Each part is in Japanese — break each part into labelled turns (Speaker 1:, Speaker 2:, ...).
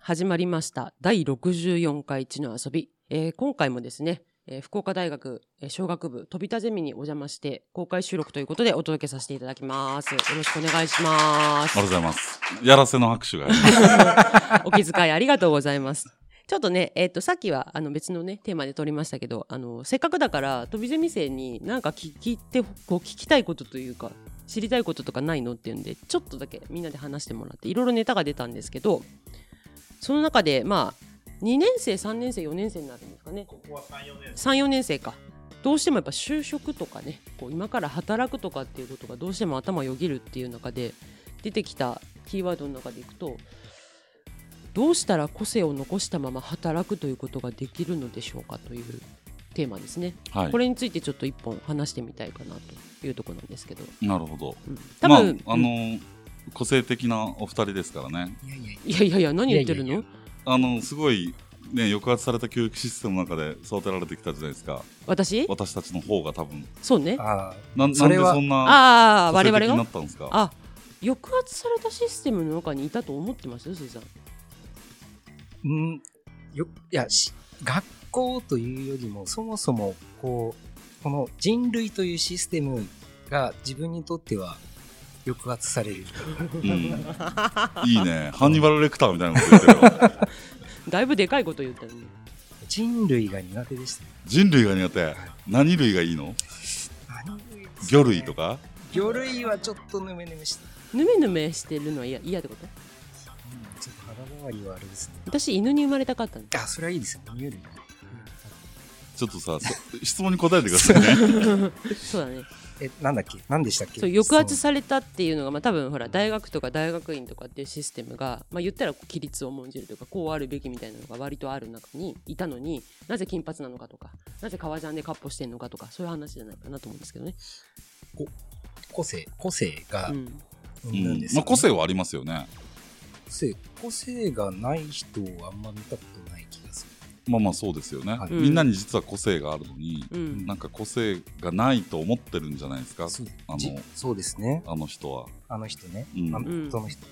Speaker 1: 始まりました第64回地の遊び、えー今回もですね、えー福岡大学えー商学部飛田ゼミにお邪魔して公開収録ということでお届けさせていただきますよろしくお願いしま
Speaker 2: あ
Speaker 1: す
Speaker 2: りがとうございます。やらせの拍手がありま す。
Speaker 1: お気遣いありがとうございます。ちょっとね、えっ、と、さっきは、あの、別のね、テーマで撮りましたけど、あの、せっかくだから、飛びゼミ生になんか聞きて、こう、聞きたいことというか、知りたいこととかないのっていうんで、ちょっとだけみんなで話してもらって、いろいろネタが出たんですけど、その中で、まあ、2年生、3年生、4年生になるんですかね。ここは3、4年生。3、4年生か。どうしてもやっぱ就職とかね、こう今から働くとかっていうことがどうしても頭をよぎるっていう中で、出てきたキーワードの中でいくと、どうしたら個性を残したまま働くということができるのでしょうかというテーマですね、
Speaker 2: はい
Speaker 1: こ。れについてちょっと一本話してみたいかなというところなんですけど、
Speaker 2: なるほど。
Speaker 1: うん多分、
Speaker 2: まあ、あのー個性的なお二人ですからね。
Speaker 3: いやいやい
Speaker 1: うんいや
Speaker 3: や
Speaker 1: いやいや何言ってるの
Speaker 3: いやい
Speaker 2: あのすごい、ね、抑圧された教育システムの中で育てられてきたじゃないですか。
Speaker 1: 私
Speaker 2: 私たちの方が多分。
Speaker 1: そうねあ
Speaker 3: あ
Speaker 2: ななん
Speaker 3: そ
Speaker 2: で
Speaker 3: れは
Speaker 2: そん
Speaker 1: あ
Speaker 2: な
Speaker 1: ー
Speaker 2: 個
Speaker 1: 我
Speaker 2: 性的
Speaker 1: 々
Speaker 2: にな
Speaker 1: が
Speaker 2: ったんですか
Speaker 1: あ抑圧されたシステムの中にいたと思ってましたよ鈴井さん
Speaker 3: ーうんよいやし学校というよりもそもそもこうこの人類というシステムが自分にとっては抑圧される
Speaker 2: うん、いいね。ハンニバルレクターみたいなこと言ってるよ
Speaker 1: だいぶでかいこと言ったのに
Speaker 3: 人類が苦手でした
Speaker 2: 人類が苦手。何類がいいの
Speaker 3: 何類ですかね
Speaker 2: 魚類とか
Speaker 3: 魚類はちょっとぬめぬめした、
Speaker 1: ぬめぬめしてるのは嫌嫌ってこと
Speaker 3: うん、ちょっと肌触りはあれですね
Speaker 1: 私犬に生まれたかったの
Speaker 3: あそれはいいですよ哺乳類
Speaker 2: ちょっとさ、そ質問に答えてくださいね。
Speaker 1: そうだね
Speaker 3: えなんだっけ何でしたっけ
Speaker 1: そう抑圧されたっていうのが、まあ、多分ほら大学とか大学院とかっていうシステムが、まあ、言ったらこう規律を重んじるというかこうあるべきみたいなのが割とある中にいたのになぜ金髪なのかとかなぜ革ジャンでカッポしてんのかとかそういう話じゃないかなと思うんですけどね。
Speaker 3: その個性個性が
Speaker 1: うん、
Speaker 2: う
Speaker 3: うんぬん
Speaker 2: ん
Speaker 3: です
Speaker 2: まあ、
Speaker 3: よね
Speaker 2: 個性はありますよね。
Speaker 3: 個性個性がない人をあんま見たことない気がす
Speaker 2: まあまあそうですよね。
Speaker 3: はい
Speaker 2: みんなに実は個性があるのに、
Speaker 1: うん
Speaker 2: なんか個性がないと思ってるんじゃないですか
Speaker 3: る、そう
Speaker 2: あ
Speaker 3: じ
Speaker 2: の
Speaker 3: そうですね
Speaker 2: あの人は。
Speaker 3: あの人ね、
Speaker 2: うん
Speaker 3: あの
Speaker 1: うん
Speaker 3: その人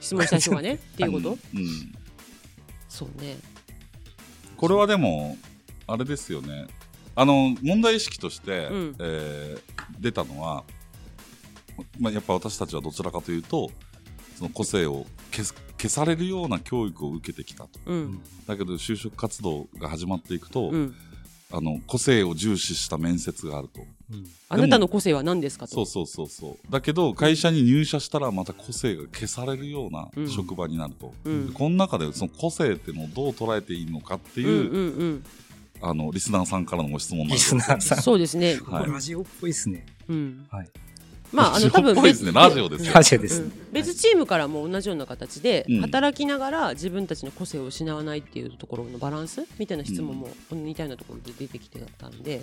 Speaker 1: 質問した人 がねっていうこと、
Speaker 2: うんうん
Speaker 1: そうね
Speaker 2: これはでも、あれですよね、あの問題意識として、
Speaker 1: うん
Speaker 2: えー出たのは、まあ、やっぱ私たちはどちらかというと、その個性を消す消されるような教育を受けてきたと。
Speaker 1: うん
Speaker 2: だけど、就職活動が始まっていくと、
Speaker 1: うん、
Speaker 2: あの個性を重視した面接があると。
Speaker 3: うん
Speaker 1: あなたの個性は何ですかと
Speaker 2: そうそうそうそうだけど会社に入社したらまた個性が消されるような
Speaker 1: うん
Speaker 2: 職場になると、
Speaker 1: うん
Speaker 2: でこの中でその個性っていうのをどう捉えていいのかっていう
Speaker 1: ん
Speaker 2: う、
Speaker 1: うん うん、
Speaker 2: あのリスナーさんからのご質問なん
Speaker 3: リ
Speaker 2: です
Speaker 3: ス
Speaker 2: よ
Speaker 3: ナーさん、
Speaker 1: そうですね、
Speaker 2: はい
Speaker 3: ラジオっぽいですね。
Speaker 1: うん
Speaker 3: はい
Speaker 1: まああの 多分
Speaker 2: ラジオっぽいですねラジオですよ
Speaker 3: ラジオです
Speaker 1: う
Speaker 3: ね。
Speaker 1: ん別チームからも同じような形で、
Speaker 2: うん
Speaker 1: 働きながら自分たちの個性を失わないっていうところのバランスみたいな質問も似たようなところで出てきてたんで、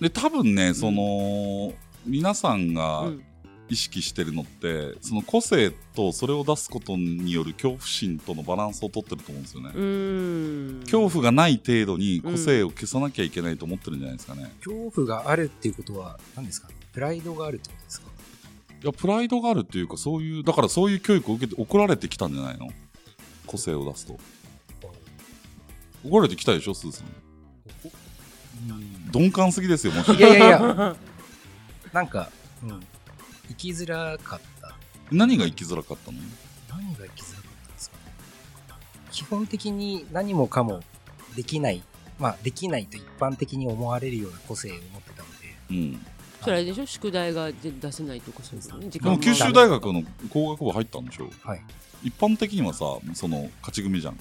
Speaker 2: で多分ねその、皆さん
Speaker 1: う
Speaker 2: が
Speaker 1: ん
Speaker 2: 意識してるのってその個性とそれを出すことによる恐怖心とのバランスを取ってると思うんですよね、
Speaker 1: うーん
Speaker 2: 恐怖がない程度に個性を消さなきゃいけないと思ってるんじゃないですかね、
Speaker 3: 恐怖があるっていうことは何ですかプライドがあるってことですか
Speaker 2: いやプライドがあるっていうかそういうだからそういう教育を受けて怒られてきたんじゃないの個性を出すと怒られてきたでしょすずさん鈍感すぎですよ もし
Speaker 3: いやいやい や、なんか、うん、生きづらかった。
Speaker 2: 何が生きづらかったの
Speaker 3: 何が生きづらかったんですかね基本的に何もかもできない、まあできないと一般的に思われるような個性を持ってたので、
Speaker 2: うん
Speaker 1: それあれでしょ宿題が出せないとかそういうことね時
Speaker 2: で
Speaker 1: 間
Speaker 2: も
Speaker 1: が
Speaker 2: 九州大学の工学部入ったんでしょ
Speaker 3: はい。
Speaker 2: 一般的にはさその勝ち組じゃん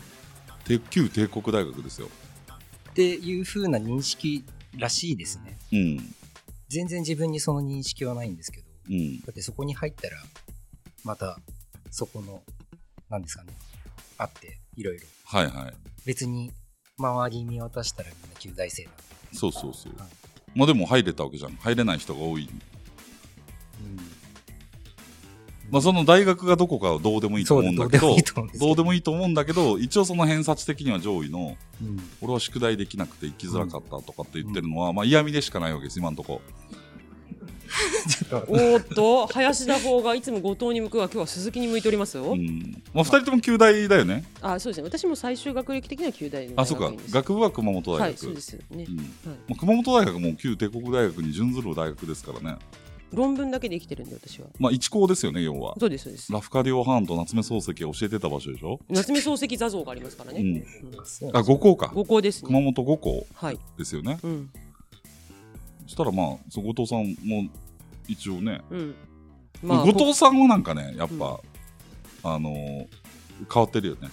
Speaker 2: て旧帝国大学ですよ
Speaker 3: っていう風な認識らしいですね。
Speaker 2: うん
Speaker 3: 全然自分にその認識はないんですけど。
Speaker 2: うん
Speaker 3: だってそこに入ったら、またそこの、なんですかね、あって、いろいろ。
Speaker 2: はいはい
Speaker 3: 別に、周り見渡したらみんな旧大生だ。
Speaker 2: そうそうそう
Speaker 3: はい
Speaker 2: まあでも入れたわけじゃん入れない人が多いまあその大学がどこかはどうでもいいと
Speaker 3: そう
Speaker 2: 思うんだ
Speaker 3: だ、どう
Speaker 2: け
Speaker 3: で
Speaker 2: ど
Speaker 3: もいいと思うんですけ
Speaker 2: どうでもいいと思うんだけど一応その偏差値的には上位の
Speaker 3: うん
Speaker 2: 俺は宿題できなくて行きづらかったとかって言ってるのは、まあ、嫌味でしかないわけです今のとこ
Speaker 3: ちょっと待
Speaker 1: お
Speaker 3: って
Speaker 1: ーっと林田方がいつも後藤に向くが今日は鈴木に向いておりますよ、
Speaker 2: うんまあ、2人とも旧大だよね。
Speaker 1: あそうですね私も最終学歴的には九大の
Speaker 2: あ、
Speaker 1: 大
Speaker 2: そう
Speaker 1: 学
Speaker 2: か
Speaker 1: 院で。す
Speaker 2: 学部は熊本大学。
Speaker 1: はいそうですね
Speaker 2: う、ん
Speaker 1: はい、
Speaker 2: まあ、熊本大学も旧帝国大学に準ずる大学ですからね。
Speaker 1: 論文だけで生きてるんで私は
Speaker 2: まあ、一高ですよね、要は。
Speaker 1: そうですそうです
Speaker 2: ラフカディオ・ハーンと夏目漱石が教えてた場所でしょ、
Speaker 1: 夏目漱石座像がありますから
Speaker 2: う
Speaker 1: ね、
Speaker 2: ん、
Speaker 3: そう
Speaker 2: あ、五校か。
Speaker 1: 五校です
Speaker 2: 熊
Speaker 1: ね
Speaker 2: 本五校
Speaker 1: はい、
Speaker 2: ですよね。
Speaker 1: うん
Speaker 2: そしたらまあ、そう後藤さんも一応ね、
Speaker 1: うん、
Speaker 2: 後藤さんはなんかね、やっぱ、あのー変わってるよね。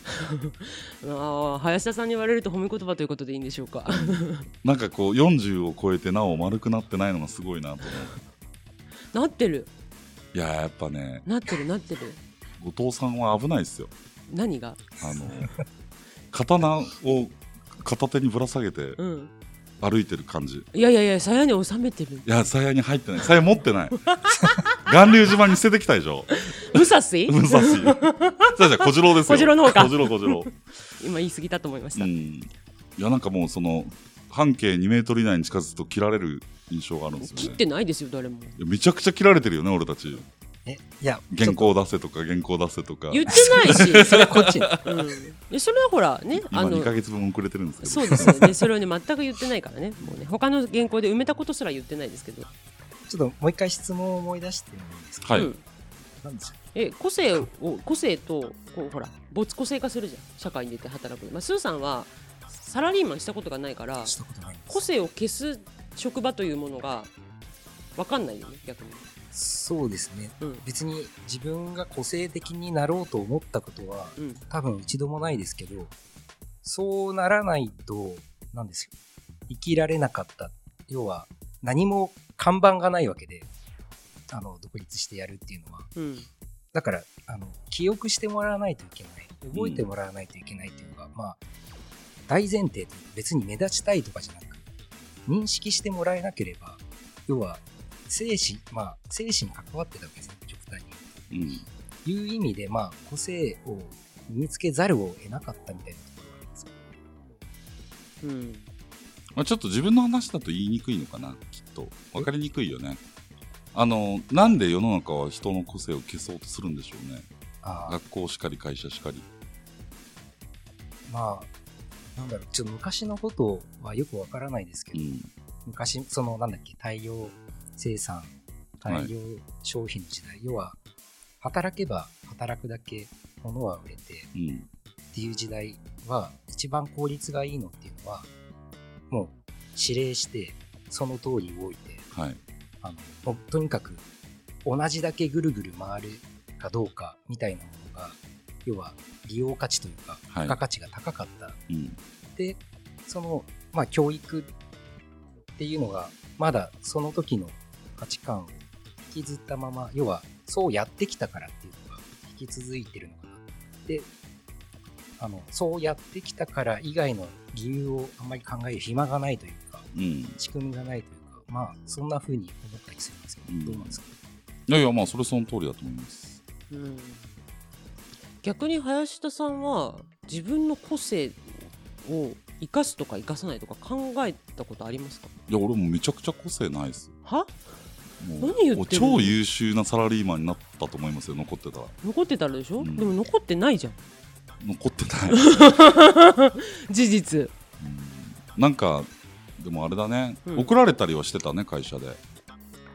Speaker 1: あー林田さんに言われると褒め言葉ということでいいんでしょうか
Speaker 2: なんかこう、40を超えてなお丸くなってないのがすごいなと思う。
Speaker 1: なってる
Speaker 2: いやー、やっぱね、
Speaker 1: なってるなってる
Speaker 2: 後藤さんは危ないですよ。
Speaker 1: 何が
Speaker 2: あの刀を片手にぶら下げて
Speaker 1: うん
Speaker 2: 歩いてる感じ。
Speaker 1: いやいやいや鞘に収めてる
Speaker 2: いや、鞘に入ってない。鞘持って ない。巌流島に捨ててきたでしょ。
Speaker 1: 武蔵
Speaker 2: 武蔵。そうじゃ小次郎です
Speaker 1: 小
Speaker 2: よ。
Speaker 1: 次郎の方か
Speaker 2: 小次郎、小次郎。
Speaker 1: 今言い過ぎたと思いまし
Speaker 2: う
Speaker 1: た、
Speaker 2: ん。いや、なんかもう、その、半径2メートル以内に近づくと切られる印象があるんですよね。
Speaker 1: 切ってないですよ誰も
Speaker 2: いやめちゃくちゃ切られてるよね、俺たち。
Speaker 3: えいや
Speaker 2: 原稿出せとか、原稿出せとか。
Speaker 1: 言ってないし、
Speaker 3: それはこっちね
Speaker 1: うん、でそれはほらねあ
Speaker 2: 今2
Speaker 1: の
Speaker 2: ヶ月分遅れてるんですけど。
Speaker 1: そうですよねそれをね全く言ってないからねもうね他の原稿で埋めたことすら言ってないですけど、
Speaker 3: ちょっともう一回質問を思い出してもいいですか
Speaker 2: は
Speaker 1: う
Speaker 2: い。
Speaker 1: ん
Speaker 3: なんでしょ
Speaker 1: え個性を個性とこうほら没個性化するじゃん社会に出て働く、まあ、スーさんはサラリーマンしたことがないから
Speaker 3: うしたことないんです
Speaker 1: 個性を消す職場というものが分かんないよね逆に、
Speaker 3: そうですね
Speaker 1: うん
Speaker 3: 別に自分が個性的になろうと思ったことは
Speaker 1: うん、
Speaker 3: 多分一度もないですけどそうならないとなんですよ生きられなかった要は何も看板がないわけであの独立してやるっていうのは
Speaker 1: うん、
Speaker 3: だからあの記憶してもらわないといけない覚えてもらわないといけないっていうのが、まあ大前提と別に目立ちたいとかじゃなく認識してもらえなければ要は生死まあ生死に関わってたわけですね極端に
Speaker 2: うん。
Speaker 3: いう意味で、まあ、個性を身につけざるを得なかったみたいなところがありますけど
Speaker 1: うん、
Speaker 2: まあ、ちょっと自分の話だと言いにくいのかなきっと分かりにくいよねあのなんで世の中は人の個性を消そうとするんでしょうね
Speaker 3: ああ
Speaker 2: 学校しかり会社しかり
Speaker 3: まあなんだろうちょっと昔のことはよくわからないですけ
Speaker 2: う
Speaker 3: ど、
Speaker 2: ん
Speaker 3: 昔そのなんだっけ大量生産大量消費の時代、要は働けば働くだけ物は売れてっ
Speaker 2: うん
Speaker 3: ていう時代は一番効率がいいのっていうのはもう指令してその通り動いて
Speaker 2: はい
Speaker 3: あのもうとにかく同じだけぐるぐる回るかどうかみたいなものが要は利用価値というか
Speaker 2: はい
Speaker 3: 付加価値が高かった、
Speaker 2: うん
Speaker 3: でそのまあ教育っていうのがまだその時の価値観を引きずったまま要はそうやってきたからっていうのが引き続いてるのかなであのそうやってきたから以外の理由をあんまり考える暇がないというか
Speaker 2: うん
Speaker 3: 仕組みがないというか、まあ、そんな風に思ったりするんですけ
Speaker 2: うん
Speaker 3: ど、どうなんですか、
Speaker 2: いやいやまあそれその通りだと思います
Speaker 1: うん、逆に林田さんは自分の個性を生かすとか生かさないとか考えたことありますか
Speaker 2: いや俺もめちゃくちゃ個性ないです
Speaker 1: は
Speaker 2: もう
Speaker 1: 何言ってる
Speaker 2: もう超優秀なサラリーマンになったと思いますよ残ってたら
Speaker 1: 残ってたらでしょ、
Speaker 2: うん
Speaker 1: でも残ってないじゃん
Speaker 2: 残ってない、うん
Speaker 1: 事実
Speaker 2: なんかでもあれだね、
Speaker 1: うん
Speaker 2: 怒られたりはしてたね会社で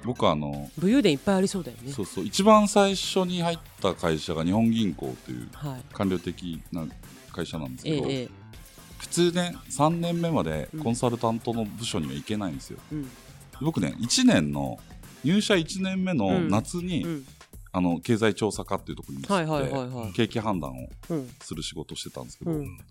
Speaker 2: 僕あの
Speaker 1: 武勇伝いっぱいありそうだよね
Speaker 2: そうそう一番最初に入った会社が日本銀行という
Speaker 1: はい
Speaker 2: 官僚的な会社なんです
Speaker 1: え
Speaker 2: けど、
Speaker 1: えええ
Speaker 2: 普通ね3年目まで
Speaker 1: うん
Speaker 2: コンサルタントの部署には行けないんですよ、
Speaker 1: うん
Speaker 2: 僕ね1年の入社1年目の夏に、
Speaker 1: うん
Speaker 2: あの経済調査課っていうところに移って、
Speaker 1: はいはいはいはい
Speaker 2: 景気判断を
Speaker 1: うん
Speaker 2: する仕事をしてたんですけ
Speaker 1: う
Speaker 2: ど、
Speaker 1: ん
Speaker 2: で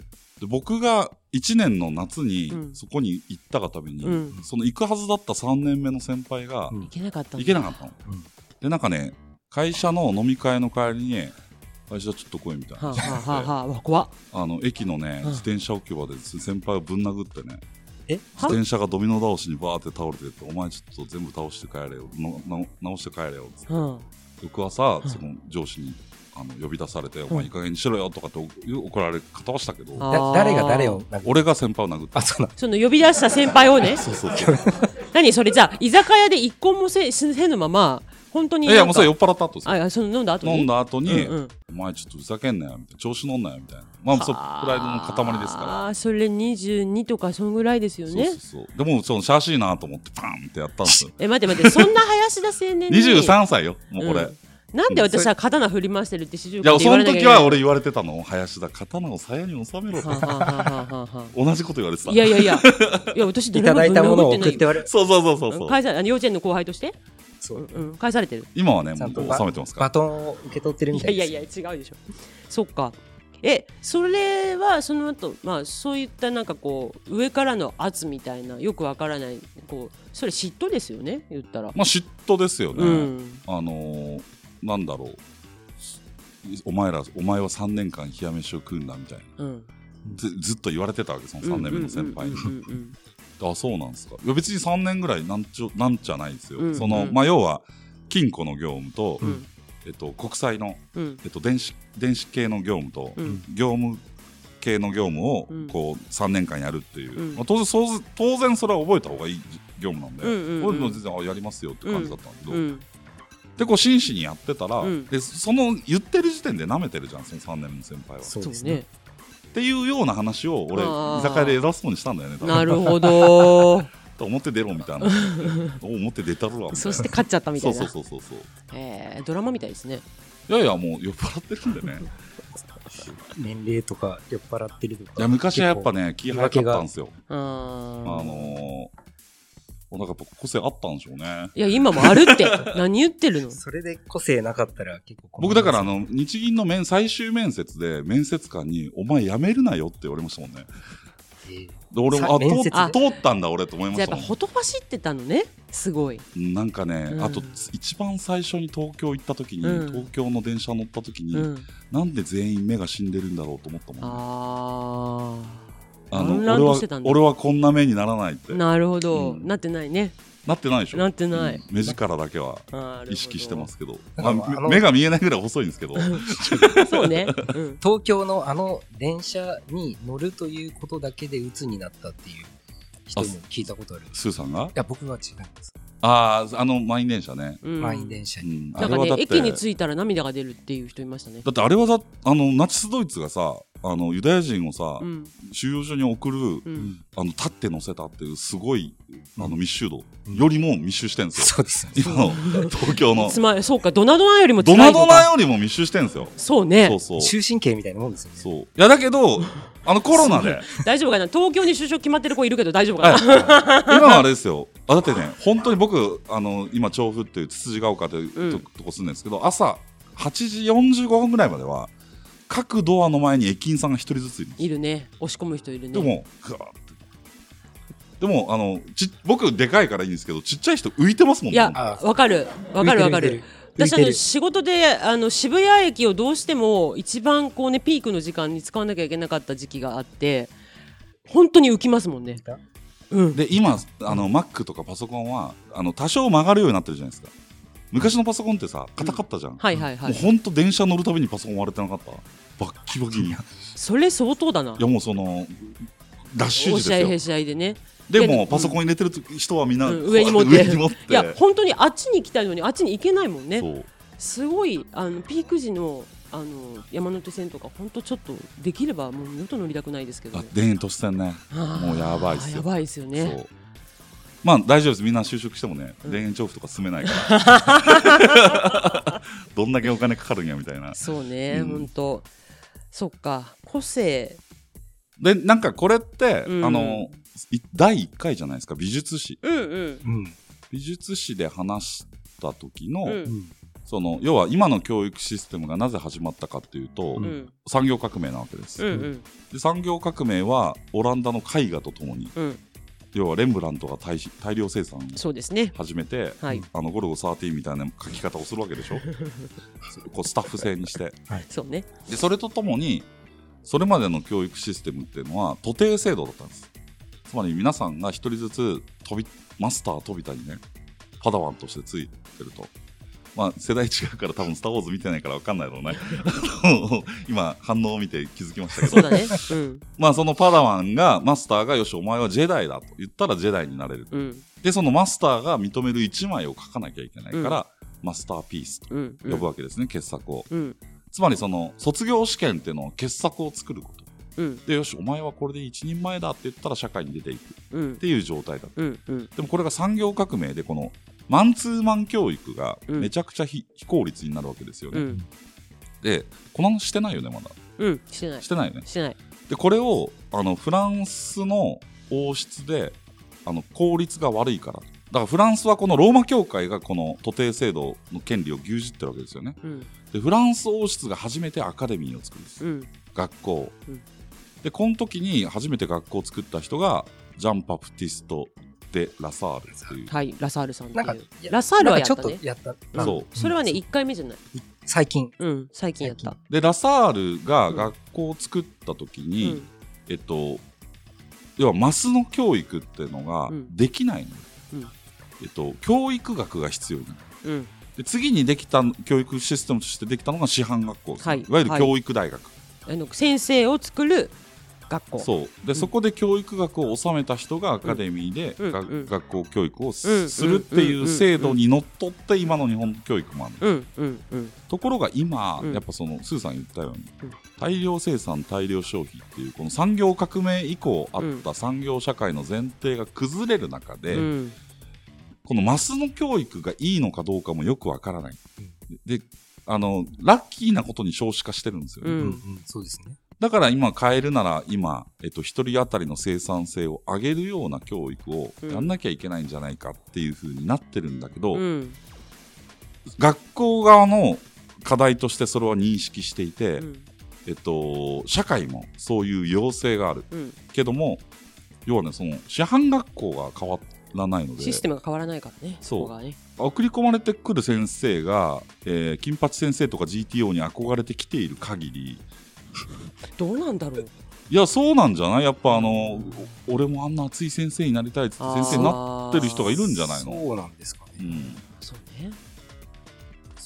Speaker 2: 僕が1年の夏に
Speaker 1: うん
Speaker 2: そこに行ったがために、
Speaker 1: うん
Speaker 2: その行くはずだった3年目の先輩が、
Speaker 3: うん
Speaker 1: いけなかったんだ
Speaker 2: 行けなかったの、
Speaker 3: うん
Speaker 2: でなんかね会社の飲み会の帰りに会社ちょっと来いみたいな
Speaker 1: は
Speaker 2: 話に
Speaker 1: あ
Speaker 2: なって
Speaker 1: はあはあはあわ怖っ
Speaker 2: あの駅のね
Speaker 1: うん
Speaker 2: 自転車置き場で先輩をぶん殴ってね
Speaker 3: え
Speaker 2: 自転車がドミノ倒しにバーって倒れてってお前ちょっと全部倒して帰れよのの直して帰れよっつって
Speaker 1: うん
Speaker 2: 翌朝
Speaker 1: うん
Speaker 2: その上司にあの呼び出されて、お前いい加減にしろよとかって怒られ方はしたけど、
Speaker 1: あ
Speaker 3: だ誰が誰を殴る
Speaker 2: 俺が先輩を殴った
Speaker 3: あ、。そうなん
Speaker 1: その呼び出した先輩をね
Speaker 2: そうそうそう。
Speaker 1: 何それじゃあ居酒屋で一個もせせぬまま本当に
Speaker 2: いや、もうそれ酔
Speaker 1: よ
Speaker 2: っ払った後さ。
Speaker 1: あその飲んだ後に
Speaker 2: 飲んだ後に、
Speaker 1: うんうん
Speaker 2: お前ちょっとふざけんなよ、みたいな。調子乗んなよ、みたいな。まあ、そう、プライドの塊ですから。
Speaker 1: あーそれ22とかそんぐらいですよね。
Speaker 2: そうそうそう。でも、その、シャーシーなと思って、パーンってやったんですよ
Speaker 1: え待って待ってそんな林田青年に
Speaker 2: 23歳よ、もうこれ。
Speaker 1: うんなんで私は刀振り回してるって市場
Speaker 2: いや、その時は俺
Speaker 1: は
Speaker 2: 言われてたの。林田、刀を鞘に収めろ。
Speaker 1: あはあはあはあ
Speaker 2: 同じこと言われてた。
Speaker 1: いやいやいやいや私
Speaker 3: いただいたものを
Speaker 1: 分
Speaker 3: 送
Speaker 1: 殴
Speaker 3: っ
Speaker 1: な
Speaker 3: て
Speaker 1: い
Speaker 3: はる。
Speaker 2: そうそうそうそう
Speaker 1: うん
Speaker 2: そう。
Speaker 1: 返さあの幼稚園の後輩として、
Speaker 3: そう
Speaker 1: うん、返されてる
Speaker 2: 今はね、
Speaker 3: ちゃんと
Speaker 2: もう
Speaker 3: バ
Speaker 2: 収めてますから。
Speaker 3: バトンを受け取ってるみ
Speaker 1: い
Speaker 3: た
Speaker 1: や
Speaker 3: い
Speaker 1: い
Speaker 3: で
Speaker 1: や
Speaker 3: す。
Speaker 1: いや違うでしょそっかえそれはその後まあそういったなんかこう上からの圧みたいなよくわからないこうそれ嫉妬ですよね言ったら、
Speaker 2: まあ、嫉妬ですよね。
Speaker 1: うん
Speaker 2: あのー、なんだろう。お前ら、お前は3年間冷や飯を食うんだみたいな。
Speaker 1: うん
Speaker 2: ずずっと言われてたわけ、その3年目の先輩に
Speaker 1: うん。うんうん
Speaker 2: あ、そうなんですか。いや、別に3年ぐらいなんちょなんじゃないですよ。
Speaker 1: うん
Speaker 2: その、
Speaker 1: うん
Speaker 2: まあ、要は、金庫の業務と、
Speaker 1: うん
Speaker 2: えっと、国債の、
Speaker 1: うんうん
Speaker 2: えっと、電子、電子系の業務と、
Speaker 1: うん
Speaker 2: 業務系の業務を
Speaker 1: うん、
Speaker 2: こう、3年間やるっていう。
Speaker 1: うん
Speaker 2: まあ、当然、そう当然それは覚えた方がいい業務なんで、
Speaker 1: うんうんうん
Speaker 2: 俺も全然、あ、やりますよって感じだったんだけど、
Speaker 1: うん
Speaker 2: で、こう、真摯にやってたら、
Speaker 1: うん
Speaker 2: で、その、言ってる時点で舐めてるじゃん、その3年の先輩は。
Speaker 3: そ
Speaker 1: そうね
Speaker 2: っていうような話を、俺、
Speaker 1: あー
Speaker 2: 居酒屋で偉そうにしたんだよね、多分
Speaker 1: なるほど
Speaker 2: 表出ろみたいな表出たるわみた
Speaker 1: そ
Speaker 2: いな
Speaker 1: して勝っちゃったみたいな
Speaker 2: そうそうそうそう
Speaker 1: えードラマみたいですね
Speaker 2: いやいやもう酔っ払ってるんでね
Speaker 3: 年齢とか酔っ払ってるとか。
Speaker 2: いや昔はやっぱね気早かったんですよ
Speaker 1: あ
Speaker 2: あ
Speaker 1: の
Speaker 2: のー、なんかやっぱ個性あったんでしょうね
Speaker 1: いや今もあるって何言ってるの
Speaker 3: 結構。それで個性なかったら結構困
Speaker 2: 僕
Speaker 3: る
Speaker 2: だからあ、の日銀の面最終面接で面接官に「お前辞めるなよ」って言われましたもんね
Speaker 3: えー
Speaker 2: で俺も
Speaker 3: さ
Speaker 2: あ
Speaker 3: 面
Speaker 2: 通
Speaker 3: 接
Speaker 2: 通ったんだ俺と思いま
Speaker 1: じゃ
Speaker 2: し
Speaker 1: あや
Speaker 2: た
Speaker 1: っぱ
Speaker 2: も
Speaker 1: ほとばしってたのねすごい
Speaker 2: んなんかね、
Speaker 1: うん
Speaker 2: あと一番最初に東京行った時に、
Speaker 1: うん
Speaker 2: 東京の電車乗った時に、
Speaker 1: うん
Speaker 2: なんで全員目が死んでるんだろうと思ったもんね
Speaker 1: あ
Speaker 2: あの
Speaker 1: 混
Speaker 2: 俺
Speaker 1: 乱としてた
Speaker 2: は
Speaker 1: んだ
Speaker 2: 俺はこんな目にならないって
Speaker 1: あ
Speaker 2: な
Speaker 1: なるほど、
Speaker 2: うん
Speaker 1: なってないね
Speaker 2: ってないでしょ
Speaker 1: なってない
Speaker 2: うん目力だけは意識してますすけど
Speaker 3: な
Speaker 2: まあ
Speaker 3: んかあの
Speaker 2: め目が見えないぐらい細いんです けど
Speaker 1: そう ね、うん、
Speaker 3: 東京のあの電車に乗るということだけで鬱になったっていう人も聞いたことある。い
Speaker 2: スーさんが
Speaker 3: や、僕は違うんです。
Speaker 2: あああの満員電車ね、
Speaker 1: うん
Speaker 3: 満員電車
Speaker 2: う
Speaker 3: に。
Speaker 2: ん、
Speaker 1: な
Speaker 2: あ
Speaker 1: ん
Speaker 2: れ
Speaker 1: か
Speaker 2: はだ
Speaker 1: ね
Speaker 2: って
Speaker 1: 駅に着いたら涙が出るっていう人いましたね
Speaker 2: だってあれはだあのナチスドイツがさあのユダヤ人をさ、
Speaker 1: うん
Speaker 2: 収容所に送る、
Speaker 1: うん
Speaker 2: あの立って乗せたっていうすごいあの
Speaker 3: うん
Speaker 2: 密集度、
Speaker 3: うん
Speaker 2: よりも密集してるんですよ
Speaker 3: そうですよね。
Speaker 2: 今の東京の
Speaker 1: つまりそうかドナドナよりも
Speaker 2: ド
Speaker 1: 近
Speaker 2: ナ
Speaker 1: いの
Speaker 2: ドナ
Speaker 1: か
Speaker 2: よりも密集してるんですよ
Speaker 1: そうね
Speaker 2: そうそう
Speaker 3: 終身刑みたいなもんですよね。
Speaker 2: そういやだけどあのコロナで
Speaker 1: 大丈夫かな東京に就職決まってる子いるけど大丈夫かな、
Speaker 2: はい、今はあれですよあだってね本当に僕あの今調布っていうつつじが丘というと,、
Speaker 1: うん
Speaker 2: こ住んでるんですけど朝8時45分ぐらいまでは各ドアの前に駅員さんが一人ずついるんです
Speaker 1: いるね押し込む人いるね
Speaker 2: でもぐわーってでもあのち僕でかいからいいんですけどちっちゃい人浮いてますもん
Speaker 1: い
Speaker 2: ね
Speaker 1: や
Speaker 3: あ
Speaker 1: わかるわかるわかる
Speaker 3: 浮い
Speaker 1: 私
Speaker 3: て
Speaker 1: あ
Speaker 3: る。浮いて
Speaker 1: の
Speaker 3: る
Speaker 1: 仕事であの渋谷駅をどうしても一番こうねピークの時間に使わなきゃいけなかった時期があって本当に浮きますもんね
Speaker 3: 浮い。た
Speaker 1: うん。
Speaker 2: で今あの Mac とかパソコンはあの多少曲がるようになってるじゃないですか昔のパソコンってさ硬かったじゃん、
Speaker 1: はいはいは
Speaker 2: も
Speaker 1: い。
Speaker 2: うほんと電車乗るたびにパソコン割れてなかったバッキバキにい
Speaker 1: それ相当だな。
Speaker 2: やもうそのダッシュ
Speaker 1: お
Speaker 2: 時
Speaker 1: しゃ
Speaker 2: で
Speaker 1: い
Speaker 2: すよ
Speaker 1: へしゃいでね。
Speaker 2: で
Speaker 1: いや
Speaker 2: も
Speaker 1: ね
Speaker 2: パソコン入れてる人はみんな、
Speaker 1: うん上に持って
Speaker 2: 上に持って
Speaker 1: いや本当にあっちに行きたいのにあっちに行けないもんね
Speaker 2: そ。う
Speaker 1: すごいあのピーク時のあの山手線とか本当ちょっとできればもう二度と乗りたくないですけど
Speaker 2: あ
Speaker 1: ね。
Speaker 2: 田園都市線ね
Speaker 1: あー
Speaker 2: もうやばいっすよ
Speaker 1: やばいですよ
Speaker 2: そ
Speaker 1: ね。
Speaker 2: うまあ大丈夫ですみんな就職してもね、
Speaker 1: うん
Speaker 2: 田園調布とか住めないから どんだけお金かかるんやみたいな
Speaker 1: そうね
Speaker 2: うん
Speaker 1: 本当。そっか個性。
Speaker 2: でなんかこれって、
Speaker 1: うん
Speaker 2: あのい第1回じゃないですか美術史
Speaker 1: うんうん。
Speaker 3: うん。
Speaker 2: 美術史で話した時の、
Speaker 1: うん
Speaker 3: うん。
Speaker 2: その要は今の教育システムがなぜ始まったかっていうと、
Speaker 1: う
Speaker 3: うん
Speaker 2: 産業革命なわけです、
Speaker 1: うんうん
Speaker 2: で産業革命はオランダの絵画とともに
Speaker 1: うん。
Speaker 2: 要はレンブラントが大し大量生産を
Speaker 1: そうですね。
Speaker 2: 始めて、
Speaker 1: はい。
Speaker 2: あのゴルゴ13みたいな書き方をするわけでしょ そうこうスタッフ制にして
Speaker 1: そうね。
Speaker 2: でそれとともにそれまでの教育システムっていうのは徒弟制度だったんですつまり皆さんが一人ずつ飛びマスター飛び田にねパダワンとしてついてるとまあ、世代違うから多分「スター・ウォーズ」見てないから分かんないだろうね あの今反応を見て気づきましたけど
Speaker 1: そうだね。うん。
Speaker 2: まあそのパダワンがマスターが「よしお前はジェダイだ」と言ったらジェダイになれる
Speaker 1: うん。
Speaker 2: でそのマスターが認める1枚を書かなきゃいけないから、マスターピースと
Speaker 1: うん。
Speaker 2: 呼ぶわけですね、傑作を
Speaker 1: うん。
Speaker 2: つまりその卒業試験っていうのは傑作を作ること
Speaker 1: うん。
Speaker 2: でよしお前はこれで一人前だって言ったら社会に出ていくっ
Speaker 1: うん。
Speaker 2: ていう状態だ
Speaker 1: うん。うん。
Speaker 2: でもこれが産業革命でこのマンツーマン教育が
Speaker 1: うん
Speaker 2: めちゃくちゃ非,、非効率になるわけですよね、
Speaker 1: うん。
Speaker 2: でこの話してないよねまだ
Speaker 1: うん。してない
Speaker 2: し。てないよね
Speaker 1: してない。
Speaker 2: でこれをあのフランスの王室であの効率が悪いからだからフランスはこのローマ教会がこの徒弟制度の権利を牛耳ってるわけですよね
Speaker 1: うん。
Speaker 2: でフランス王室が初めてアカデミーを作るんです
Speaker 1: うん。
Speaker 2: 学校、
Speaker 1: うん
Speaker 2: でこの時に初めて学校を作った人がジャン・パプティスト・デ・ラサールっていう、
Speaker 1: はい。ラサールさんって
Speaker 3: なんか
Speaker 1: いう。、
Speaker 3: いや
Speaker 1: ラサールはやったね
Speaker 3: なんかちょっとやった。
Speaker 1: うん
Speaker 2: そう
Speaker 1: それはね、
Speaker 3: うん
Speaker 1: 一回目じゃない。
Speaker 3: 最近。
Speaker 1: うん。最近やった。
Speaker 2: でラサールが学校を作った時
Speaker 1: う
Speaker 2: に、
Speaker 1: ん。
Speaker 2: えっと要はマスの教育っていうのが
Speaker 1: うん
Speaker 2: できないのよ、
Speaker 1: うん
Speaker 2: えっと教育学が必要になる
Speaker 1: うん。
Speaker 2: で次にできた教育システムとしてできたのが師範学校です
Speaker 1: は
Speaker 2: ね、
Speaker 1: い
Speaker 2: い、わゆる
Speaker 1: はい
Speaker 2: 教育大学、
Speaker 1: あの先生を作る学校。
Speaker 2: そうで、
Speaker 1: ん
Speaker 2: そこで教育学を収めた人がアカデミーで、
Speaker 1: うん
Speaker 2: が
Speaker 1: うん
Speaker 2: 学校教育をす,、
Speaker 1: うん
Speaker 2: るっていう制度にのっとって今の日本教育もある、
Speaker 1: うん。うん。うん。
Speaker 2: ところが今、
Speaker 1: うん
Speaker 2: やっぱそのスーさん言ったように、
Speaker 1: うん
Speaker 2: 大量生産大量消費っていうこの産業革命以降あった産業社会の前提が崩れる中で、
Speaker 1: うん。
Speaker 2: このマスの教育がいいのかどうかもよくわからない、であのラッキーなことに少子化してるんですよね、
Speaker 1: う
Speaker 3: うん
Speaker 1: ん
Speaker 3: うん、そうですね。
Speaker 2: だから今変えるなら今、えっと、一人当たりの生産性を上げるような教育を
Speaker 1: うん
Speaker 2: やんなきゃいけないんじゃないかっていう風になってるんだけど、
Speaker 1: うん。
Speaker 2: 学校側の課題としてそれは認識していて、
Speaker 1: うん。
Speaker 2: えっと、社会もそういう要請がある
Speaker 1: うん。
Speaker 2: けども要はねその師範学校が変わらないので
Speaker 1: システムが変わらないからね。
Speaker 2: そう
Speaker 1: ここがね。
Speaker 2: 送り込まれてくる先生が、えー金八先生とか GTO に憧れてきている限り
Speaker 1: どうなんだろう。
Speaker 2: いやそうなんじゃないやっぱあのお俺もあんな熱い先生になりたいっつって先生になっ
Speaker 1: な
Speaker 2: ってる人がいるんじゃないの
Speaker 3: そうなんですか
Speaker 2: う
Speaker 3: ね。
Speaker 2: ん、
Speaker 1: そうね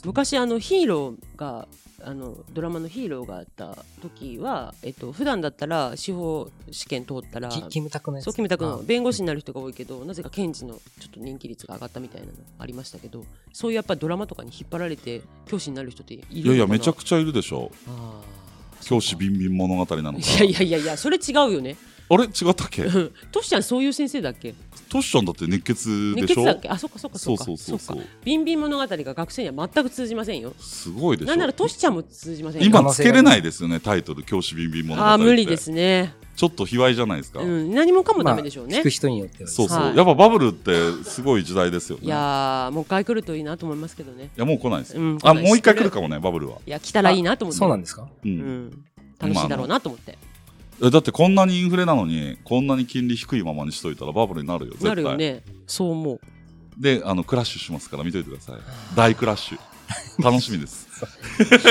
Speaker 1: 昔あのヒーローがあのドラマのヒーローがあった時は、えっと普段だったら司法試験通ったら
Speaker 3: きキムタクのやつ。
Speaker 1: そう決めたく
Speaker 3: あ
Speaker 1: の弁護士になる人が多いけどなぜか検事のちょっと人気率が上がったみたいなのありましたけどそういうやっぱドラマとかに引っ張られて教師になる人っているの
Speaker 2: いやいやめちゃ
Speaker 1: ち
Speaker 2: くちゃいるでしょ
Speaker 1: ゃ
Speaker 2: 教師ビンビン物語なのか
Speaker 1: いやいやいやいやそれ違うよね
Speaker 2: あれ違ったっけ
Speaker 1: うんトシちゃんそういう先生だっけ
Speaker 2: トッションだって熱血で
Speaker 1: 熱
Speaker 2: しょ
Speaker 1: 血だっけあそっかそっかそっ
Speaker 2: そう
Speaker 1: か
Speaker 2: そうそう
Speaker 1: そ
Speaker 2: そ
Speaker 1: っか
Speaker 2: う
Speaker 1: ビンビン物語が学生には全く通じませんよ
Speaker 2: すごいでしょ
Speaker 1: なんならトシちゃんも通じませんよ
Speaker 2: 今つけれないですよねタイトル「教師ビンビン物語」
Speaker 1: ああー無理ですすね、
Speaker 2: ちょっと卑猥じゃないですか、
Speaker 1: うん、何もか
Speaker 3: ま
Speaker 1: も
Speaker 3: あ
Speaker 1: ダメでしょうね、
Speaker 3: 聞く人によってはです
Speaker 2: そうそう、
Speaker 1: はい
Speaker 2: やっぱバブルってすごい時代ですよね
Speaker 1: いやーもう一回来るといいなと思いますけどね
Speaker 2: いやもう来ないです、
Speaker 1: うん来な
Speaker 2: あ
Speaker 1: いです
Speaker 2: もう一回来るかもねバブルはい
Speaker 1: や来たらいいなと思って
Speaker 3: そうなんですか
Speaker 2: うん、
Speaker 1: うん、楽しいだろうなと思って、
Speaker 2: えだってこんなにインフレなのにこんなに金利低いままにしといたらバブルになるよ絶対
Speaker 1: なるよねそう思う
Speaker 2: であのクラッシュしますから見といてください大クラッシュ楽しみです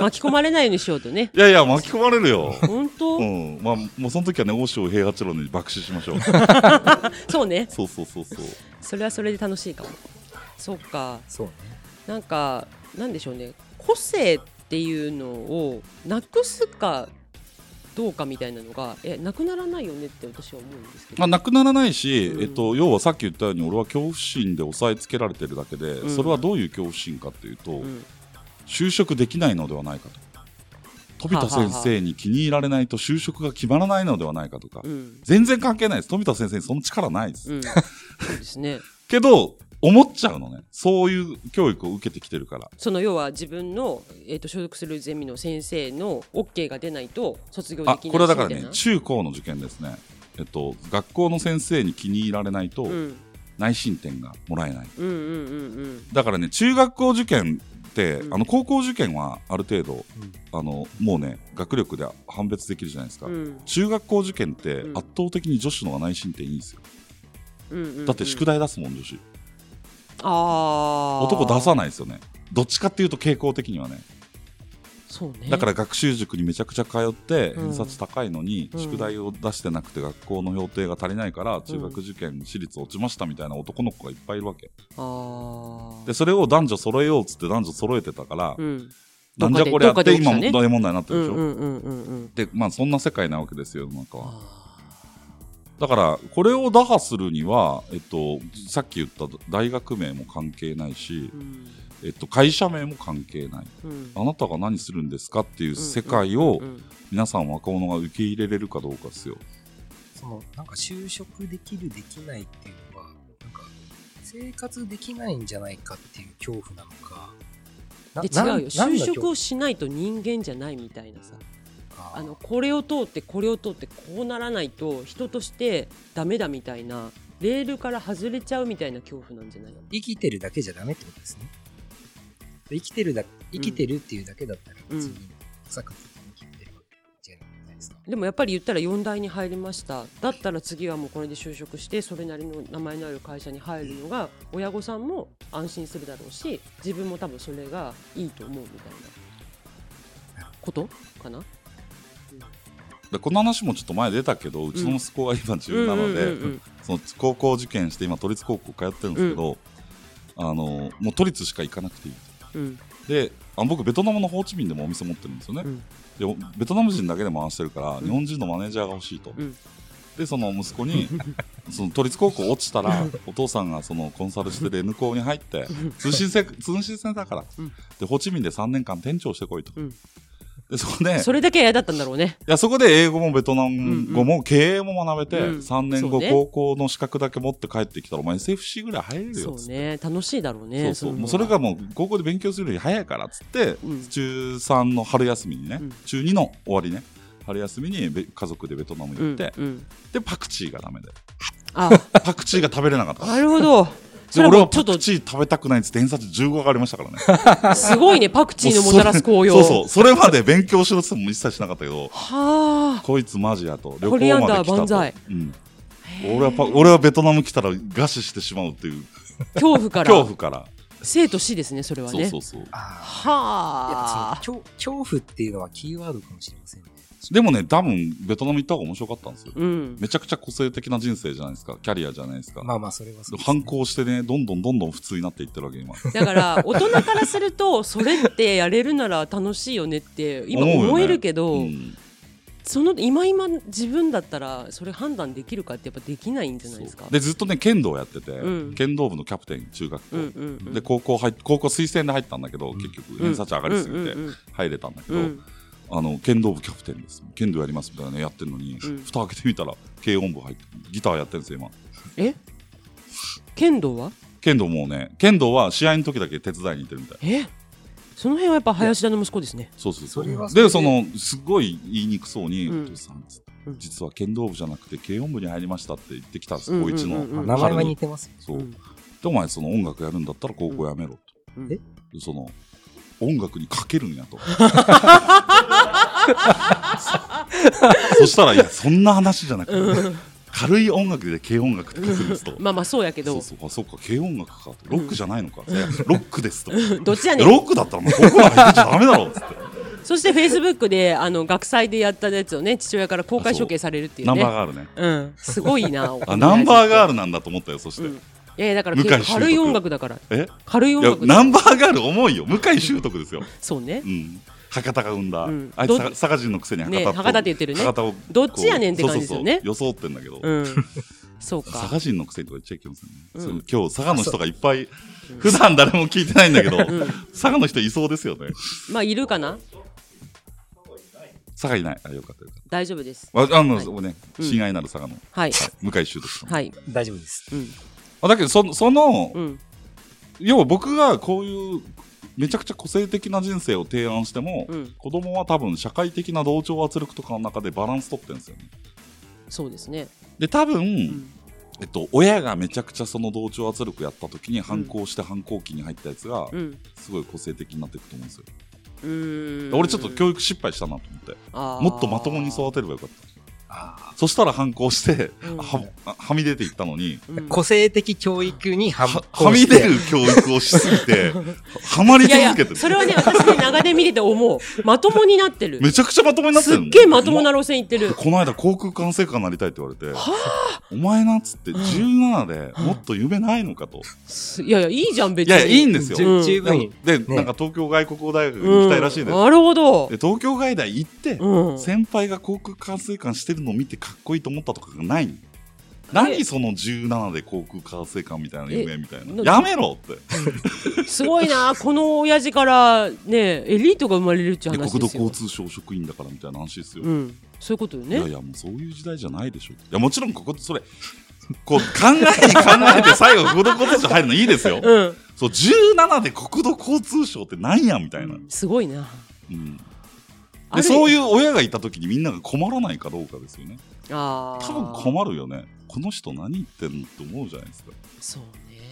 Speaker 1: 巻き込まれないようにしようと ね
Speaker 2: いやいや巻き込まれるよ
Speaker 1: 本当、
Speaker 2: うん、まあ、もうその時はね、欧州平八郎に爆死しましょう。
Speaker 1: そうね
Speaker 2: そうそうそうそう。
Speaker 1: それはそれで楽しいかもそうか
Speaker 3: そうね。
Speaker 1: なんかなんでしょうね個性っていうのをなくすかどうかみたいなのがえなくならないよねって私は思うんですけど
Speaker 2: まあ、なくならないし、
Speaker 1: うん
Speaker 2: えっと、要はさっき言ったように、俺は恐怖心で抑えつけられてるだけで、
Speaker 1: ん
Speaker 2: それはどういう恐怖心かっていうと、
Speaker 1: うん
Speaker 2: 就職できないのではないかと。飛田先生に気に入られないと就職が決まらないのではないかとか、
Speaker 1: うん
Speaker 2: 全然関係ないです。富田先生にその力ないです。
Speaker 1: うん、そうですね
Speaker 2: けど、思っちゃうのね。そういう教育を受けてきてるから。
Speaker 1: その要は自分の、えー、と所属するゼミの先生の OK が出ないと卒業できな
Speaker 2: あ
Speaker 1: いし
Speaker 2: これはだから
Speaker 1: み
Speaker 2: ね
Speaker 1: たいな
Speaker 2: 中高の受験ですね、えっと、学校の先生に気に入られないと
Speaker 1: うん
Speaker 2: 内申点がもらえない
Speaker 1: うんうんうん
Speaker 2: だからね中学校受験って、
Speaker 1: うん
Speaker 2: あの高校受験はある程度、
Speaker 3: うん
Speaker 2: あのもうね学力で判別できるじゃないですか、
Speaker 1: うんうん
Speaker 2: 中学校受験って
Speaker 1: うん
Speaker 2: 圧倒的に女子の方が内申点いいんですよ、
Speaker 1: うんうんうん
Speaker 2: だって宿題出すもん女子
Speaker 1: あー
Speaker 2: 男出さないですよねどっちかっていうと傾向的にはね
Speaker 1: そうね
Speaker 2: だから学習塾にめちゃくちゃ通って
Speaker 1: うん
Speaker 2: 偏差値高いのに
Speaker 1: うん
Speaker 2: 宿題を出してなくて学校の評定が足りないから中学受験私立落ちましたみたいな男の子がいっぱいいるわけ
Speaker 1: あー
Speaker 2: でそれを男女揃えようっつって男女揃えてたから
Speaker 1: うん
Speaker 2: なんじゃこりゃっ
Speaker 1: どっか
Speaker 2: て今も
Speaker 1: でどっかで起きたね
Speaker 2: 大問題になって
Speaker 1: う
Speaker 2: るでし
Speaker 1: んう
Speaker 2: ょ
Speaker 1: んうんうんうん
Speaker 2: でまあそんな世界なわけですよ世の中は
Speaker 1: あ
Speaker 2: だからこれを打破するにはえっとさっき言った大学名も関係ないし
Speaker 1: ーうん
Speaker 2: えっと会社名も関係ない
Speaker 1: うん
Speaker 2: あなたが何するんですかっていう世界
Speaker 1: う
Speaker 2: を
Speaker 1: ん
Speaker 2: 皆さん若者が受け入れれるかどうかですよ
Speaker 3: そのなんか就職できるできないっていうのはなんか生活できないんじゃないかっていう恐怖なのかな
Speaker 1: で違
Speaker 3: な
Speaker 1: うよ
Speaker 3: なん
Speaker 1: 就
Speaker 3: の恐
Speaker 1: 職
Speaker 3: 怖
Speaker 1: をしないと人間じゃないみたいなさ
Speaker 3: か
Speaker 1: あのこれを通ってこれを通ってこうならないと人としてダメだみたいなレールから外れちゃうみたいな恐怖なんじゃないの
Speaker 3: 生きてるだけじゃダメってことですね生きてるだ生きてるっていうだけだったら別
Speaker 1: うん
Speaker 3: にサクサク生きてるわけじゃないですか、
Speaker 1: でもやっぱり言ったら4大に入りましただったら次はもうこれで就職してそれなりの名前のある会社に入るのが親御さんも安心するだろうし自分も多分それがいいと思うみたいなことかな
Speaker 2: でこの話もちょっと前出たけどうちの息子が今中なの
Speaker 1: うんうんうんう
Speaker 2: で
Speaker 1: ん
Speaker 2: その高校受験して今都立高校通ってるんですけど、あのもう都立しか行かなくていい
Speaker 1: うん
Speaker 2: であの僕ベトナムのホーチミンでもお店持ってるんですよね、
Speaker 1: うん
Speaker 2: でおベトナム人だけで回してるから、
Speaker 1: ん
Speaker 2: 日本人のマネージャーが欲しいと、
Speaker 1: うん
Speaker 2: でその息 子にその都立高校落ちたらお父さんがそのコンサルしてる N 校に入って
Speaker 1: ん
Speaker 2: 通信制通信制だから、
Speaker 1: うん
Speaker 2: でホーチミンで3年間店長してこいと、
Speaker 1: うん
Speaker 2: でそこで
Speaker 1: それだけは嫌だったんだろうね
Speaker 2: いやそこで英語もベトナム語も経営も学べて、
Speaker 1: うん
Speaker 2: 3年
Speaker 1: そ
Speaker 2: 後、
Speaker 1: うね
Speaker 2: 高校の資格だけ持って帰ってきたらお前 SFC ぐらい入れるよ
Speaker 1: そ
Speaker 2: っつ
Speaker 1: う
Speaker 2: って
Speaker 1: ね楽しいだろうね
Speaker 2: そうそ
Speaker 1: の
Speaker 2: う
Speaker 1: 方
Speaker 2: もうそれがもう高校で勉強するより早いからっつって、
Speaker 1: うん
Speaker 2: 中3の春休みにね、
Speaker 1: うん
Speaker 2: 中2の終わりね春休みにべ家族でベトナム
Speaker 1: う
Speaker 2: 行っ
Speaker 1: ん
Speaker 2: て、
Speaker 1: うん
Speaker 2: でパクチーがダメで
Speaker 1: あ
Speaker 2: パクチーが食べれなかった
Speaker 1: なるほどそ
Speaker 2: で
Speaker 1: れは
Speaker 2: 俺
Speaker 1: もう
Speaker 2: は
Speaker 1: ちょ
Speaker 2: パ
Speaker 1: っと
Speaker 2: クチー食べたくないっつって偏差値15上がりましたからね
Speaker 1: すごいね、パクチーのもたらす紅葉。
Speaker 2: そうそうそれまで勉強しろっつっても一切しなかったけど
Speaker 1: は
Speaker 2: こいつマジやと旅
Speaker 1: コリア
Speaker 2: 行
Speaker 1: ン
Speaker 2: まで
Speaker 1: ダー
Speaker 2: 来た
Speaker 1: 万
Speaker 2: と
Speaker 1: 歳、
Speaker 2: うん、俺はパ俺はベトナム来たら餓死してしまうっていう
Speaker 1: あ、恐怖から。
Speaker 2: 恐怖から、
Speaker 1: 生と死ですね、それは
Speaker 2: そう
Speaker 1: ね。
Speaker 2: そうそう
Speaker 3: ああいや
Speaker 1: はあ。
Speaker 3: その恐恐怖っていうのはキーワードかもしれませんね
Speaker 2: でもね多分ベトナム行った方が面白かったんですよ
Speaker 1: うん。
Speaker 2: めちゃくちゃ個性的な人生じゃないですかキャリアじゃないですか、
Speaker 3: まあまあそれはそうですね
Speaker 2: 反抗してねどんどんどんどん普通になっていってるわけ今
Speaker 1: だから、大人からすると、それってやれるなら楽しいよねって、今
Speaker 2: 思うよね
Speaker 1: 思えるけど、
Speaker 2: うん
Speaker 1: その、今今自分だったら、それ判断できるかってやっぱできないんじゃないですか。
Speaker 2: そうでずっとね剣道やってて、
Speaker 1: うん
Speaker 2: 剣道部のキャプテン中学校、
Speaker 1: うんうんうん。
Speaker 2: で高校入っ高校推薦で入ったんだけど、
Speaker 3: ん
Speaker 2: 結局
Speaker 1: ん
Speaker 2: 偏差値上がりすぎて
Speaker 1: うんうん
Speaker 2: 入れたんだけ
Speaker 1: う
Speaker 2: ど、
Speaker 1: んうん
Speaker 2: あの剣道部キャプテンです剣道やりますみたいなねやってるのに、
Speaker 1: うん
Speaker 2: 蓋開けてみたら軽音部入ってギターやってるんですよ今
Speaker 1: え剣道は
Speaker 2: 剣道もうね剣道は試合の時だけ手伝いに行ってるみたい
Speaker 1: えその辺はやっぱ林田の息子ですね。
Speaker 2: そうそうそう
Speaker 3: それはそれ
Speaker 2: で
Speaker 3: で
Speaker 2: そのすごい言いにくそうに「
Speaker 1: うん
Speaker 2: お父さん」つって
Speaker 1: うん
Speaker 2: 実は剣道部じゃなくて軽音部に入りました」って言ってきたんです高一
Speaker 1: うんうんうん
Speaker 2: の
Speaker 1: うん
Speaker 3: 名前
Speaker 2: 彼
Speaker 3: は
Speaker 2: に
Speaker 3: 似てますよね
Speaker 2: そううんでお前その音楽やるんだったら高校やめろと
Speaker 1: うん
Speaker 3: え
Speaker 2: でその音楽にかけるんや と そしたらいやそんな話じゃなくて軽い音楽で軽音楽って書くんですと
Speaker 1: まあまあそうやけど、
Speaker 2: そうそうあそうか軽音楽かとロックじゃないのかいやロックですと
Speaker 1: どっちやねん
Speaker 2: ロックだったらもうここまで入っちゃダメだろっつって
Speaker 1: そしてフェイスブックであの学祭でやったやつをね父親から公開処刑されるっていう
Speaker 2: ナンバー
Speaker 1: ね。
Speaker 2: ガールね
Speaker 1: うん、すごいな。
Speaker 2: あナンバーガー
Speaker 1: ル。
Speaker 2: ルなんだと思ったよそして、
Speaker 1: うん、いやいやだから
Speaker 2: 向井秀徳
Speaker 1: 軽い音楽だから
Speaker 2: え
Speaker 1: 軽い
Speaker 2: い
Speaker 1: 音
Speaker 2: や
Speaker 1: 楽
Speaker 2: ナンバーガール重いよ向井秀徳ですよ、
Speaker 1: そうね
Speaker 2: う。ん、博多が生んだ、
Speaker 1: うん
Speaker 2: あいつ
Speaker 1: ど
Speaker 2: さ佐賀人のくせに博多
Speaker 1: ね博多って言ってるね
Speaker 2: 博多をこう
Speaker 1: どっちやねんって感じですよね
Speaker 2: そうそうそう装ってんだけど、
Speaker 1: うん。そう
Speaker 2: 佐
Speaker 1: か。
Speaker 2: 賀人のくせにとか言っちゃいけませんね、
Speaker 1: うん
Speaker 2: そう今日佐賀の人がいっぱい普段誰も聞いてないんだけど、
Speaker 1: ん
Speaker 2: 佐賀の人いそうですよね
Speaker 1: まあいるかな。
Speaker 2: 佐賀いないあよかったよかっ
Speaker 1: 大丈夫です。
Speaker 2: たああの、
Speaker 1: はい
Speaker 2: そうね
Speaker 1: うん
Speaker 2: 親愛なる佐賀の、
Speaker 1: はい
Speaker 2: 向井秀徳さん、
Speaker 1: はい。
Speaker 3: 大丈夫です
Speaker 1: うん
Speaker 2: あだけどそその、
Speaker 1: うん
Speaker 2: 要は僕がこういうめちゃくちゃ個性的な人生を提案しても、
Speaker 1: うん
Speaker 2: 子供は多分社会的な同調圧力とかの中でバランス取ってるんですよね
Speaker 1: そうですね。
Speaker 2: で多分、
Speaker 1: ん
Speaker 2: えっと、親がめちゃくちゃその同調圧力やった時に反抗して反抗期に入ったやつが
Speaker 1: うん。
Speaker 2: すごい個性的になっていくと思うんですよ、
Speaker 1: うーん。
Speaker 2: 俺ちょっと教育失敗したなと思って
Speaker 1: あー
Speaker 2: もっとまともに育てればよかった
Speaker 3: あ
Speaker 2: そしたら反抗して
Speaker 1: うん
Speaker 2: ははみ出ていったのに
Speaker 1: うん
Speaker 3: ー個性的教育に反
Speaker 2: はは
Speaker 3: 抗
Speaker 2: み
Speaker 3: し
Speaker 2: 出
Speaker 3: て
Speaker 2: る教育をしすぎ てはまり
Speaker 1: いやいや
Speaker 2: 続けてる
Speaker 1: それはね私ね長年見てて思うまともになってる
Speaker 2: めちゃくちゃまともになって
Speaker 1: す
Speaker 2: る
Speaker 1: っげえまともな路線行ってる
Speaker 2: この間航空管制官になりたいって言われて
Speaker 1: は
Speaker 2: お前なっつって
Speaker 1: うん
Speaker 2: 17でもっと夢ないのかと
Speaker 1: あすいやいやいいじゃん別
Speaker 2: い
Speaker 1: に
Speaker 2: やいいんですよ
Speaker 1: うん
Speaker 3: 十十分いい
Speaker 2: で
Speaker 3: ね
Speaker 2: なんか東京外国語大学に行きたいらしいです
Speaker 1: うんなるほど
Speaker 2: で東京外大行って
Speaker 1: うん
Speaker 2: 先輩が航空管制官してるのを見てかっこいいと思ったとかがない何その17で航空管制官みたいな夢みたいな
Speaker 1: え
Speaker 2: やめろって
Speaker 1: すごいなこの親父からねエリートが生まれるって
Speaker 2: で
Speaker 1: 話で
Speaker 2: 国
Speaker 1: すよ
Speaker 2: 土交通省職員だからみたいな話ですよ、
Speaker 1: うんそういうことよ
Speaker 2: い
Speaker 1: ね
Speaker 2: やいやもうそういう時代じゃないでしょいやもちろんここそれこう考えに考えて最後国土交通省入るのいいですよ
Speaker 1: うん
Speaker 2: そう17で国土交通省ってなんやみたいな、
Speaker 1: すごいな
Speaker 2: うん
Speaker 1: ある
Speaker 2: でそういう親がいた時にみんなが困らないかどうかですよね
Speaker 1: あー
Speaker 2: 多分困るよねこの人何言ってんのって思うじゃないですか
Speaker 1: そうね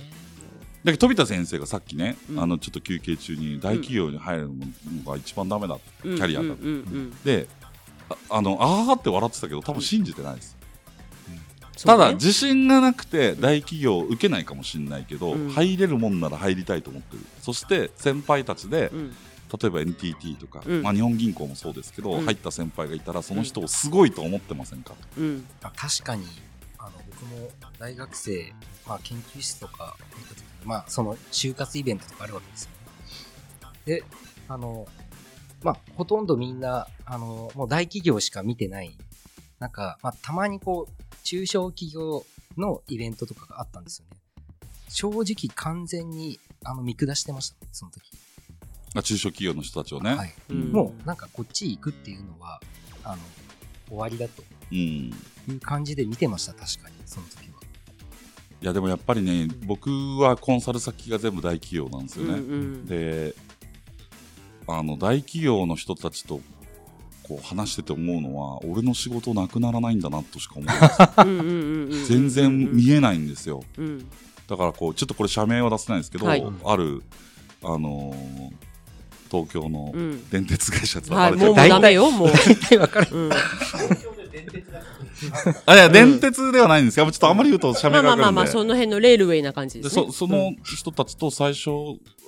Speaker 2: だけど飛田先生がさっきね、
Speaker 1: うん
Speaker 2: あのちょっと休憩中に大企業に入るのが一番ダメだって、
Speaker 1: キ
Speaker 2: キャリア
Speaker 1: うん
Speaker 2: が、
Speaker 1: うんうん
Speaker 2: でああのあーって笑ってたけど多分信じてないです、
Speaker 1: そ
Speaker 2: た
Speaker 1: う
Speaker 2: だ
Speaker 1: ね
Speaker 2: 自信がなくて大企業受けないかもしれないけど、
Speaker 1: うん
Speaker 2: 入れるもんなら入りたいと思ってるそして先輩たちで、
Speaker 1: うん
Speaker 2: 例えば NTT とか、
Speaker 1: うん
Speaker 2: まあ、日本銀行もそうですけど、
Speaker 1: うん
Speaker 2: 入った先輩がいたらその人をすごいと思ってませんか、
Speaker 1: うん
Speaker 3: あ確かにあの僕も大学生、まあ、研究室とか見た時に、まあ、その就活イベントとかあるわけですよ、ね。であの、まあ、ほとんどみんなあのもう大企業しか見てないなんか、まあ、たまにこう中小企業のイベントとかがあったんですよね正直完全にあの見下してましたその時、
Speaker 2: まあ中小企業の人たちをね、
Speaker 3: はい、
Speaker 1: うん
Speaker 3: もうなんかこっち行くっていうのはあの終わりだと
Speaker 2: うん、い
Speaker 3: いう感じで見てました確かにその時は。
Speaker 2: やでもやっぱりね僕はコンサル先が全部大企業なんですよ
Speaker 1: うん
Speaker 2: ね、
Speaker 1: うん
Speaker 2: であの大企業の人たちとこう話してて思うのは俺の仕事なくならないんだなとしか思わないです
Speaker 1: うんうんうんうん
Speaker 2: 全然見えないんですよ
Speaker 1: うん
Speaker 2: だからこうちょっとこれ社名は出せないんですけど、
Speaker 1: はい
Speaker 2: ある、あのー東京の
Speaker 1: うん
Speaker 2: 電鉄会社って
Speaker 1: はい
Speaker 2: れち
Speaker 1: も
Speaker 2: ゃ
Speaker 1: う
Speaker 2: った、
Speaker 3: 大
Speaker 1: ダメよもう
Speaker 3: 大体わかる。
Speaker 1: うん
Speaker 2: あいや電鉄ではないんですけどちょっとあんまり言うと社
Speaker 1: ま
Speaker 2: 名
Speaker 1: あま
Speaker 2: が
Speaker 1: あ
Speaker 2: 分か
Speaker 1: まあ
Speaker 2: るん
Speaker 1: まあ
Speaker 2: で
Speaker 1: その辺のレールウェイな感じで
Speaker 2: です
Speaker 1: ね
Speaker 2: そその人たちと最初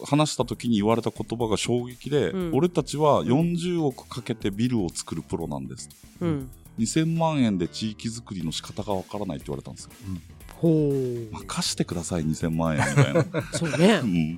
Speaker 2: 話した時に言われた言葉が衝撃で、
Speaker 1: うん
Speaker 2: 俺たちは40億かけてビルを作るプロなんです
Speaker 1: うんうん
Speaker 2: 2000万円で地域づくりの仕方がわからないって言われたんですよ。
Speaker 1: ほう
Speaker 2: 任してください、2000万円みたい な。
Speaker 1: そうね
Speaker 2: うん、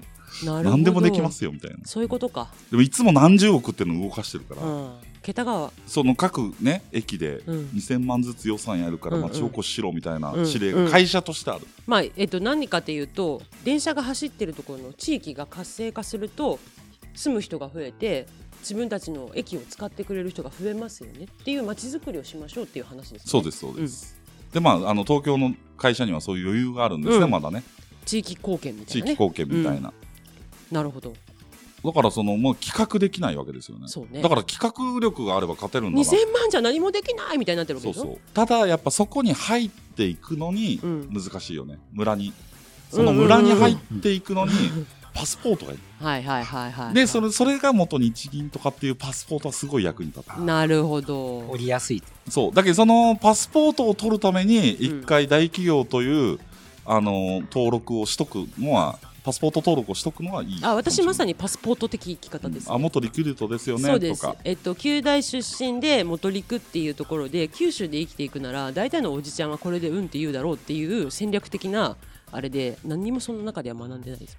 Speaker 1: なるほど
Speaker 2: 何でもできますよみたいな。
Speaker 1: そういうことか
Speaker 2: でもいつも何十億っていうのを動かしてるから、
Speaker 1: うん桁が
Speaker 2: その各ね、駅で
Speaker 1: うん
Speaker 2: 2000万ずつ予算やるから
Speaker 1: うんうん
Speaker 2: 町おこししろみたいな
Speaker 1: うん
Speaker 2: 指令
Speaker 1: う
Speaker 2: が
Speaker 1: ん
Speaker 2: 会社としてある。
Speaker 1: まあえっと何かっていうと電車が走ってるところの地域が活性化すると住む人が増えて自分たちの駅を使ってくれる人が増えますよねっていう街づくりをしましょうっていう話です、ね、
Speaker 2: そうです、そうです。で、まあ、あの東京の会社にはそういう余裕があるんですね、
Speaker 1: うん
Speaker 2: まだね。
Speaker 1: 地域貢献みた
Speaker 2: 地
Speaker 1: いな
Speaker 2: 域
Speaker 1: ね
Speaker 2: 貢献みたいな。
Speaker 1: なるほど
Speaker 2: だから、その、もう企画できないわけですよね。
Speaker 1: そうね
Speaker 2: だから企画力があれば勝てるんだなって
Speaker 1: 2000万じゃ何もできないみたいになってるわけ
Speaker 2: そう
Speaker 1: でしょ
Speaker 2: そうただやっぱそこに入っていくのに
Speaker 1: うん
Speaker 2: 難しいよね、村にその村に入っていくのにパスポートがいる、
Speaker 1: はいはいはいはい
Speaker 2: でそれそれが元日銀とかっていうパスポートはすごい役に立った
Speaker 1: なるほど
Speaker 3: 降りやすいと。
Speaker 2: そうだけどそのパスポートを取るために
Speaker 1: うん
Speaker 2: 一回大企業という、あの登録をしとくのはパスポート登録をしとくのはいい
Speaker 1: あ私まさ
Speaker 2: に
Speaker 1: にパスポート的生き方です、ね
Speaker 2: あ元リクルートですよね
Speaker 1: そうで
Speaker 2: と
Speaker 1: す
Speaker 2: か、
Speaker 1: えっと、九大出身で元陸っていうところで九州で生きていくなら大体のおじちゃんはこれでうんって言うだろうっていう戦略的なあれで何にもその中では学んでないです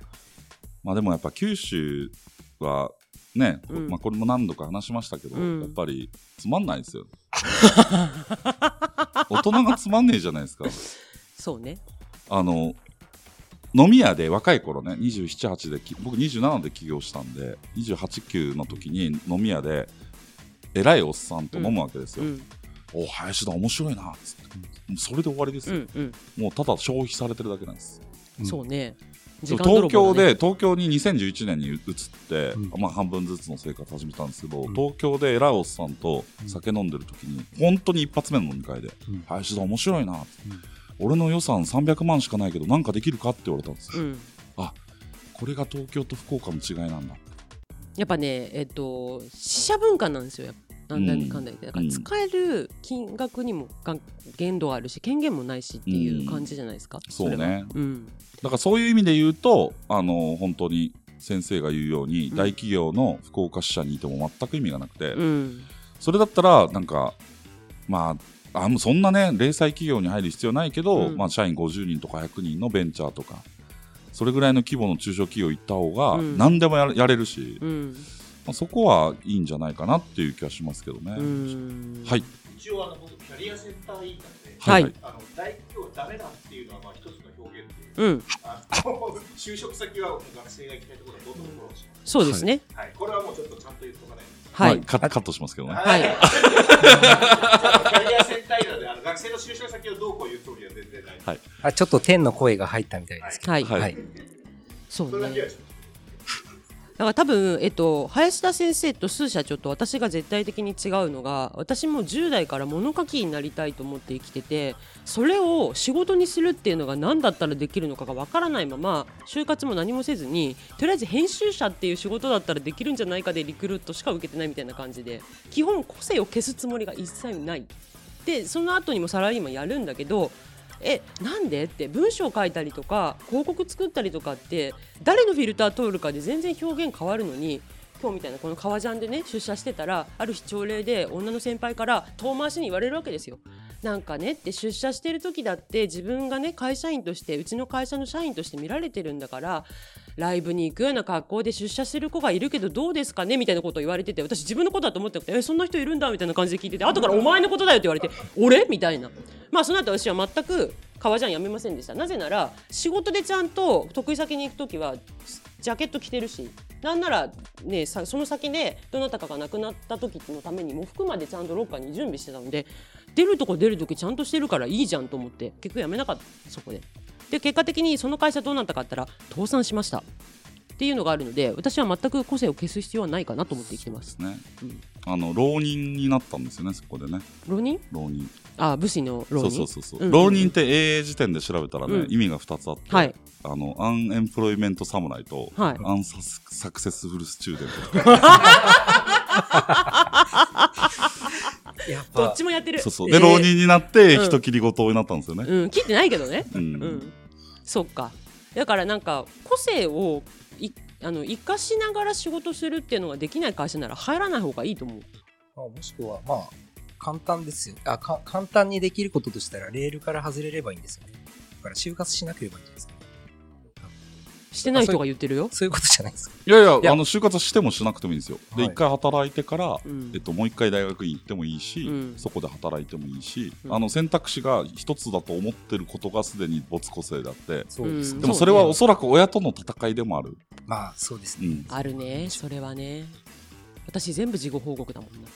Speaker 2: まあでもやっぱ九州はね、
Speaker 1: うん
Speaker 2: まあこれも何度か話しましたけど、
Speaker 1: うん
Speaker 2: やっぱりつまんないですよ。 大人がつまんねえじゃないですか。
Speaker 1: そうね
Speaker 2: あの飲み屋で若い頃ね27、8でき僕27で起業したんで28、9の時に飲み屋で偉いおっさんと飲むわけです
Speaker 1: う
Speaker 2: よ。
Speaker 1: ん
Speaker 2: お林田面白いなっつってそれで終わりです
Speaker 1: う
Speaker 2: よ、
Speaker 1: んうん、
Speaker 2: もうただ消費されてるだけなんです。
Speaker 1: そうね時間泥
Speaker 2: 東
Speaker 1: 棒
Speaker 2: 京
Speaker 1: だね
Speaker 2: で東京に2011年に移って、
Speaker 3: うん
Speaker 2: まあ、半分ずつの生活始めたんですけど、
Speaker 3: うん
Speaker 2: 東京でエラオスさんと酒飲んでる時に本当に一発目の飲み会で
Speaker 3: うん
Speaker 2: 「林田面白いな」俺の予算300万しかないけどなんかできるか?」って言われたんですよ、
Speaker 1: うん、
Speaker 2: これが東京と福岡の違いなんだ
Speaker 1: やっぱねえっと死者文化なんですよやっぱなんだかんだ言ってだから使える金額にもが限度あるし権限もないしっていう感じじゃないですか、
Speaker 2: そう
Speaker 1: れは
Speaker 2: ね
Speaker 1: うん
Speaker 2: だからそういう意味で言うとあの本当に先生が言うように、
Speaker 1: うん
Speaker 2: 大企業の福岡支社にいても全く意味がなくて、
Speaker 1: うん
Speaker 2: それだったらなんかまああもうそんなね零細企業に入る必要ないけど、
Speaker 1: うん
Speaker 2: まあ、社員50人とか100人のベンチャーとかそれぐらいの規模の中小企業行った方が
Speaker 1: うん
Speaker 2: 何でもやれやれるし、
Speaker 1: うん
Speaker 2: まあ、そこはいいんじゃないかなっていう気はしますけどね。
Speaker 1: うん
Speaker 2: はい、
Speaker 4: 一応あの僕キャリアセンター委員なんで、
Speaker 1: はい
Speaker 2: はい
Speaker 4: あの大企業ダメだっていうのはまあ一つの表現で、
Speaker 1: うん
Speaker 4: あの就職先は学生が行きたいところはどんどんフォローしま
Speaker 1: そうですね
Speaker 4: す。はい、これはもうちょっとちゃんと言っとかないと。
Speaker 1: はい、
Speaker 2: まあカカットしますけどね。
Speaker 1: はい
Speaker 4: あのキャリアセンター委員なんであの学生の就職先をどうこう言う通りは全然ない。
Speaker 2: はい
Speaker 3: あちょっと天の声が入ったみたいですけ
Speaker 1: はい、
Speaker 3: ど、
Speaker 2: は
Speaker 3: はいい、
Speaker 1: そう
Speaker 4: それだ
Speaker 1: ね
Speaker 4: けは
Speaker 1: だ
Speaker 4: ちょっと
Speaker 1: から多分、えっと、林田先生とスー社長と私が絶対的に違うのが私も10代から物書きになりたいと思って生きててそれを仕事にするっていうのが何だったらできるのかがわからないまま就活も何もせずにとりあえず編集者っていう仕事だったらできるんじゃないかでリクルートしか受けてないみたいな感じで基本個性を消すつもりが一切ないでその後にもサラリーマンやるんだけどえなんでって文章書いたりとか広告作ったりとかって誰のフィルター通るかで全然表現変わるのに今日みたいなこの革ジャンでね出社してたらある日朝礼で女の先輩から遠回しに言われるわけですよ。なんかねって出社してる時だって自分がね会社員としてうちの会社の社員として見られてるんだからライブに行くような格好で出社してる子がいるけどどうですかねみたいなことを言われてて私自分のことだと思ってなくてえそんな人いるんだみたいな感じで聞いてて後からお前のことだよって言われて俺みたいなまあその後私は全く革ジャンやめませんでしたなぜなら仕事でちゃんと得意先に行く時はジャケット着てるしなんなら、ね、さその先でどなたかが亡くなった時のためにも服までちゃんとロッカーに準備してたので出るとこ出る時ちゃんとしてるからいいじゃんと思って結局やめなかったそこで。で結果的にその会社どうなったかって言ったら倒産しましたっていうのがあるので私は全く個性を消す必要はないかなと思って生きてま
Speaker 2: ですすね
Speaker 1: うん。
Speaker 2: あの浪人になったんですよねそこでね
Speaker 1: 浪人
Speaker 2: 浪人。
Speaker 1: あ武士の浪人
Speaker 2: そうそうそうそう、
Speaker 1: うん
Speaker 2: 浪人って英英辞典で調べたらね、
Speaker 1: うん
Speaker 2: 意味が2つあって、
Speaker 1: はい
Speaker 2: あのアンエンプロイメントサムライと、
Speaker 1: はい
Speaker 2: アンサスサクセスフルスチューデ ント
Speaker 3: やっ
Speaker 1: ど
Speaker 3: ぱ
Speaker 1: っちもやってる
Speaker 2: そうそう
Speaker 1: え
Speaker 2: で
Speaker 1: ー
Speaker 2: 浪人になって
Speaker 1: うん
Speaker 2: 一切りごとになったんですよね、
Speaker 1: うん切ってないけどね
Speaker 2: うん
Speaker 1: うん、そっかだからなんか個性をいあの生かしながら仕事するっていうのができない会社なら入らない方がいいと思う
Speaker 3: まあ、もしくはまあ簡単ですよあか簡単にできることとしたらレールから外れればいいんですよねだから就活しなければいいんじゃないですか
Speaker 1: してない人が言ってるよ
Speaker 3: そういうことじゃないですか
Speaker 2: いやいや
Speaker 3: いや
Speaker 2: あの就活してもしなくてもいいんですよで
Speaker 3: はい
Speaker 2: 一回働いてから、
Speaker 1: うん
Speaker 2: えっと、もう一回大学に行ってもいいし、
Speaker 1: うん
Speaker 2: そこで働いてもいいし、
Speaker 1: うん
Speaker 2: あの選択肢が一つだと思ってることがすでに没個性であって
Speaker 3: そう
Speaker 1: ですね
Speaker 2: でもそれは
Speaker 1: そうね
Speaker 2: おそらく親との戦いでもある、
Speaker 3: まあそうです
Speaker 2: う
Speaker 3: ね
Speaker 2: ん、
Speaker 1: あるねそれはね私全部事後報告だもんな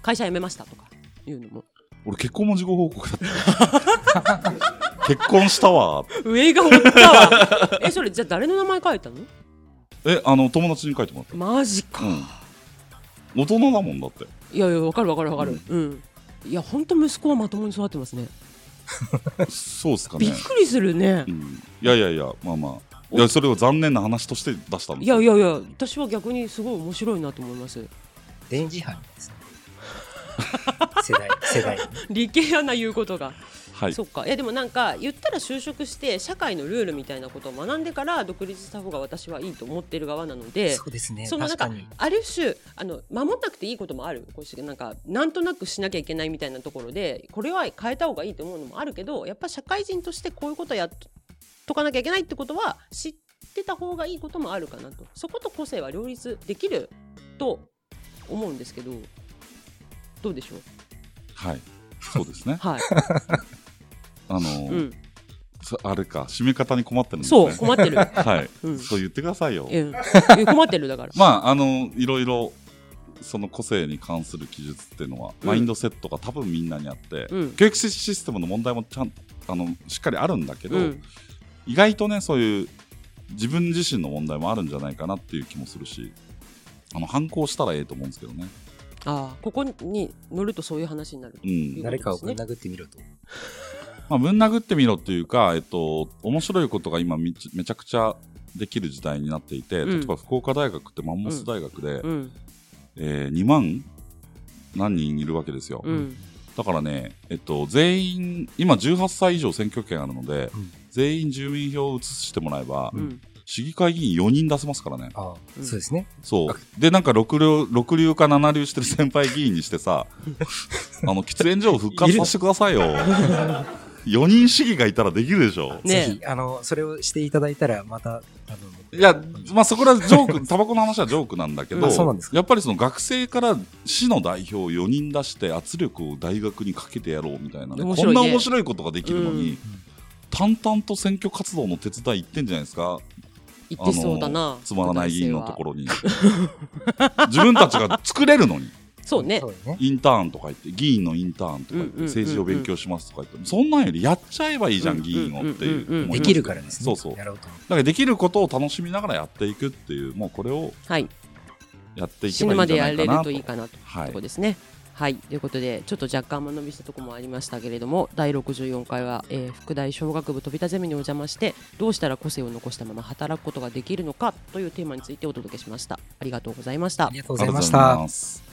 Speaker 1: 会社辞めましたとかいうのも
Speaker 2: 俺結婚も事後報告だった 結婚したわ
Speaker 1: 上がおった わえそれじゃあ誰の名前書いたの
Speaker 2: えあの友達に書いてもらっ
Speaker 1: マジか
Speaker 2: た、うん、大人だもんだって
Speaker 1: いやいやわかるわかるわかるうん、いやほんと息子はまともに育ってますね
Speaker 2: そうっすか
Speaker 1: び
Speaker 2: ね
Speaker 1: っ、くりするね
Speaker 2: うん、いやいやいやまあまあいやそれを残念な話として出したんで
Speaker 1: い
Speaker 2: す
Speaker 1: や
Speaker 2: よ
Speaker 1: いやいや私は逆にすごい面白いなと思います
Speaker 3: 電磁波ですね世 代世代
Speaker 1: 理系やな言うことが
Speaker 2: はい
Speaker 1: そっかいやでもなんか言ったら就職して社会のルールみたいなことを学んでから独立した方が私はいいと思ってる側なので
Speaker 3: そうですね
Speaker 1: そのな
Speaker 3: 確
Speaker 1: んか
Speaker 3: かに
Speaker 1: ある種あの守らなくていいこともあるこうしてなんかなんとなくしなきゃいけないみたいなところでこれは変えた方がいいと思うのもあるけどやっぱ社会人としてこういうことやっとかなきゃいけないってことは知ってた方がいいこともあるかなとそこと個性は両立できると思うんですけどどうでしょう
Speaker 2: はいそうですね
Speaker 1: はい、
Speaker 2: あの
Speaker 1: う
Speaker 2: ー
Speaker 1: ん、
Speaker 2: そあれか締め方に困ってるんですね
Speaker 1: そう困って る、
Speaker 2: はい、
Speaker 1: うん
Speaker 2: そう言ってくださいよ
Speaker 1: うん、困ってるだから
Speaker 2: まああのいろいろその個性に関する記述っていうのは、
Speaker 1: うん
Speaker 2: マインドセットが多分みんなにあって、
Speaker 1: うん
Speaker 2: 教育システムの問題もちゃんあのしっかりあるんだけど、
Speaker 1: うん
Speaker 2: 意外とねそういう自分自身の問題もあるんじゃないかなっていう気もするしあの反抗したらええと思うんですけどね、
Speaker 1: ああここに乗るとそういう話になる
Speaker 2: うん
Speaker 3: 誰かをぶん殴ってみろと
Speaker 2: まあ、ぶん殴ってみろっていうか、えっと、面白いことが今みちめちゃくちゃできる時代になっていて、
Speaker 1: うん
Speaker 2: 例えば福岡大学ってマンモス大学で、
Speaker 1: うん
Speaker 2: えー2万何人いるわけですよ、
Speaker 1: うん
Speaker 2: だからね、えっと、全員今18歳以上選挙権あるので、
Speaker 3: うん
Speaker 2: 全員住民票を移してもらえば、
Speaker 1: うん
Speaker 2: 市議会議員4人出せますからね
Speaker 3: ああ、
Speaker 1: うん
Speaker 3: そうですね。
Speaker 2: そうでなんか6流六流か7流してる先輩議員にしてさあの喫煙所を復活させてくださいよ4人市議がいたらできるでしょ
Speaker 1: ねえ
Speaker 3: ぜひ、あの、それをしていただいたら、また、多分
Speaker 2: いや、まあ、そこら、ジョーク、タバコの話はジョークなんだけど、
Speaker 1: あ
Speaker 3: そうなんです
Speaker 2: やっぱりその学生から市の代表を4人出して圧力を大学にかけてやろうみたいなね、
Speaker 1: 面
Speaker 2: こ
Speaker 1: 白
Speaker 2: ん
Speaker 1: いね
Speaker 2: な面白いことができるのに、
Speaker 1: うん
Speaker 2: 淡々と選挙活動の手伝い行ってんじゃないですか、
Speaker 1: 言ってそうだな、
Speaker 2: つまらない議員のとこ
Speaker 1: ろ
Speaker 2: ろに。自分たちが作れるのに、
Speaker 1: そうね
Speaker 3: そうですね。
Speaker 2: インターンとか言って、議員のインターンとか言っ
Speaker 1: うんうんうんう
Speaker 2: て、
Speaker 1: ん
Speaker 2: 政治を勉強しますとか言って、そんなんよりやっちゃえばいいじゃん、議員をっていう思いますけどね。
Speaker 3: できるからですね。
Speaker 2: そうそう。
Speaker 3: やろうと思って。
Speaker 2: だからできることを楽しみながらやっていくっていう、もうこれを
Speaker 1: はい
Speaker 2: やっていけ
Speaker 1: 死ぬ
Speaker 2: ばいいん
Speaker 1: ま
Speaker 2: じ
Speaker 1: で
Speaker 2: ゃ
Speaker 1: や
Speaker 2: ない
Speaker 1: れ
Speaker 2: か
Speaker 1: ると
Speaker 2: なと。
Speaker 1: いいかなと
Speaker 2: はい
Speaker 1: とこ。ですねはいということでちょっと若干間延びしたとこもありましたけれども第64回は、えー副大小学部飛び田ゼミにお邪魔してどうしたら個性を残したまま働くことができるのかというテーマについてお届けしましたありがとうございました
Speaker 3: ありがとうございまし
Speaker 2: ありがとうござ
Speaker 3: た
Speaker 2: い。ます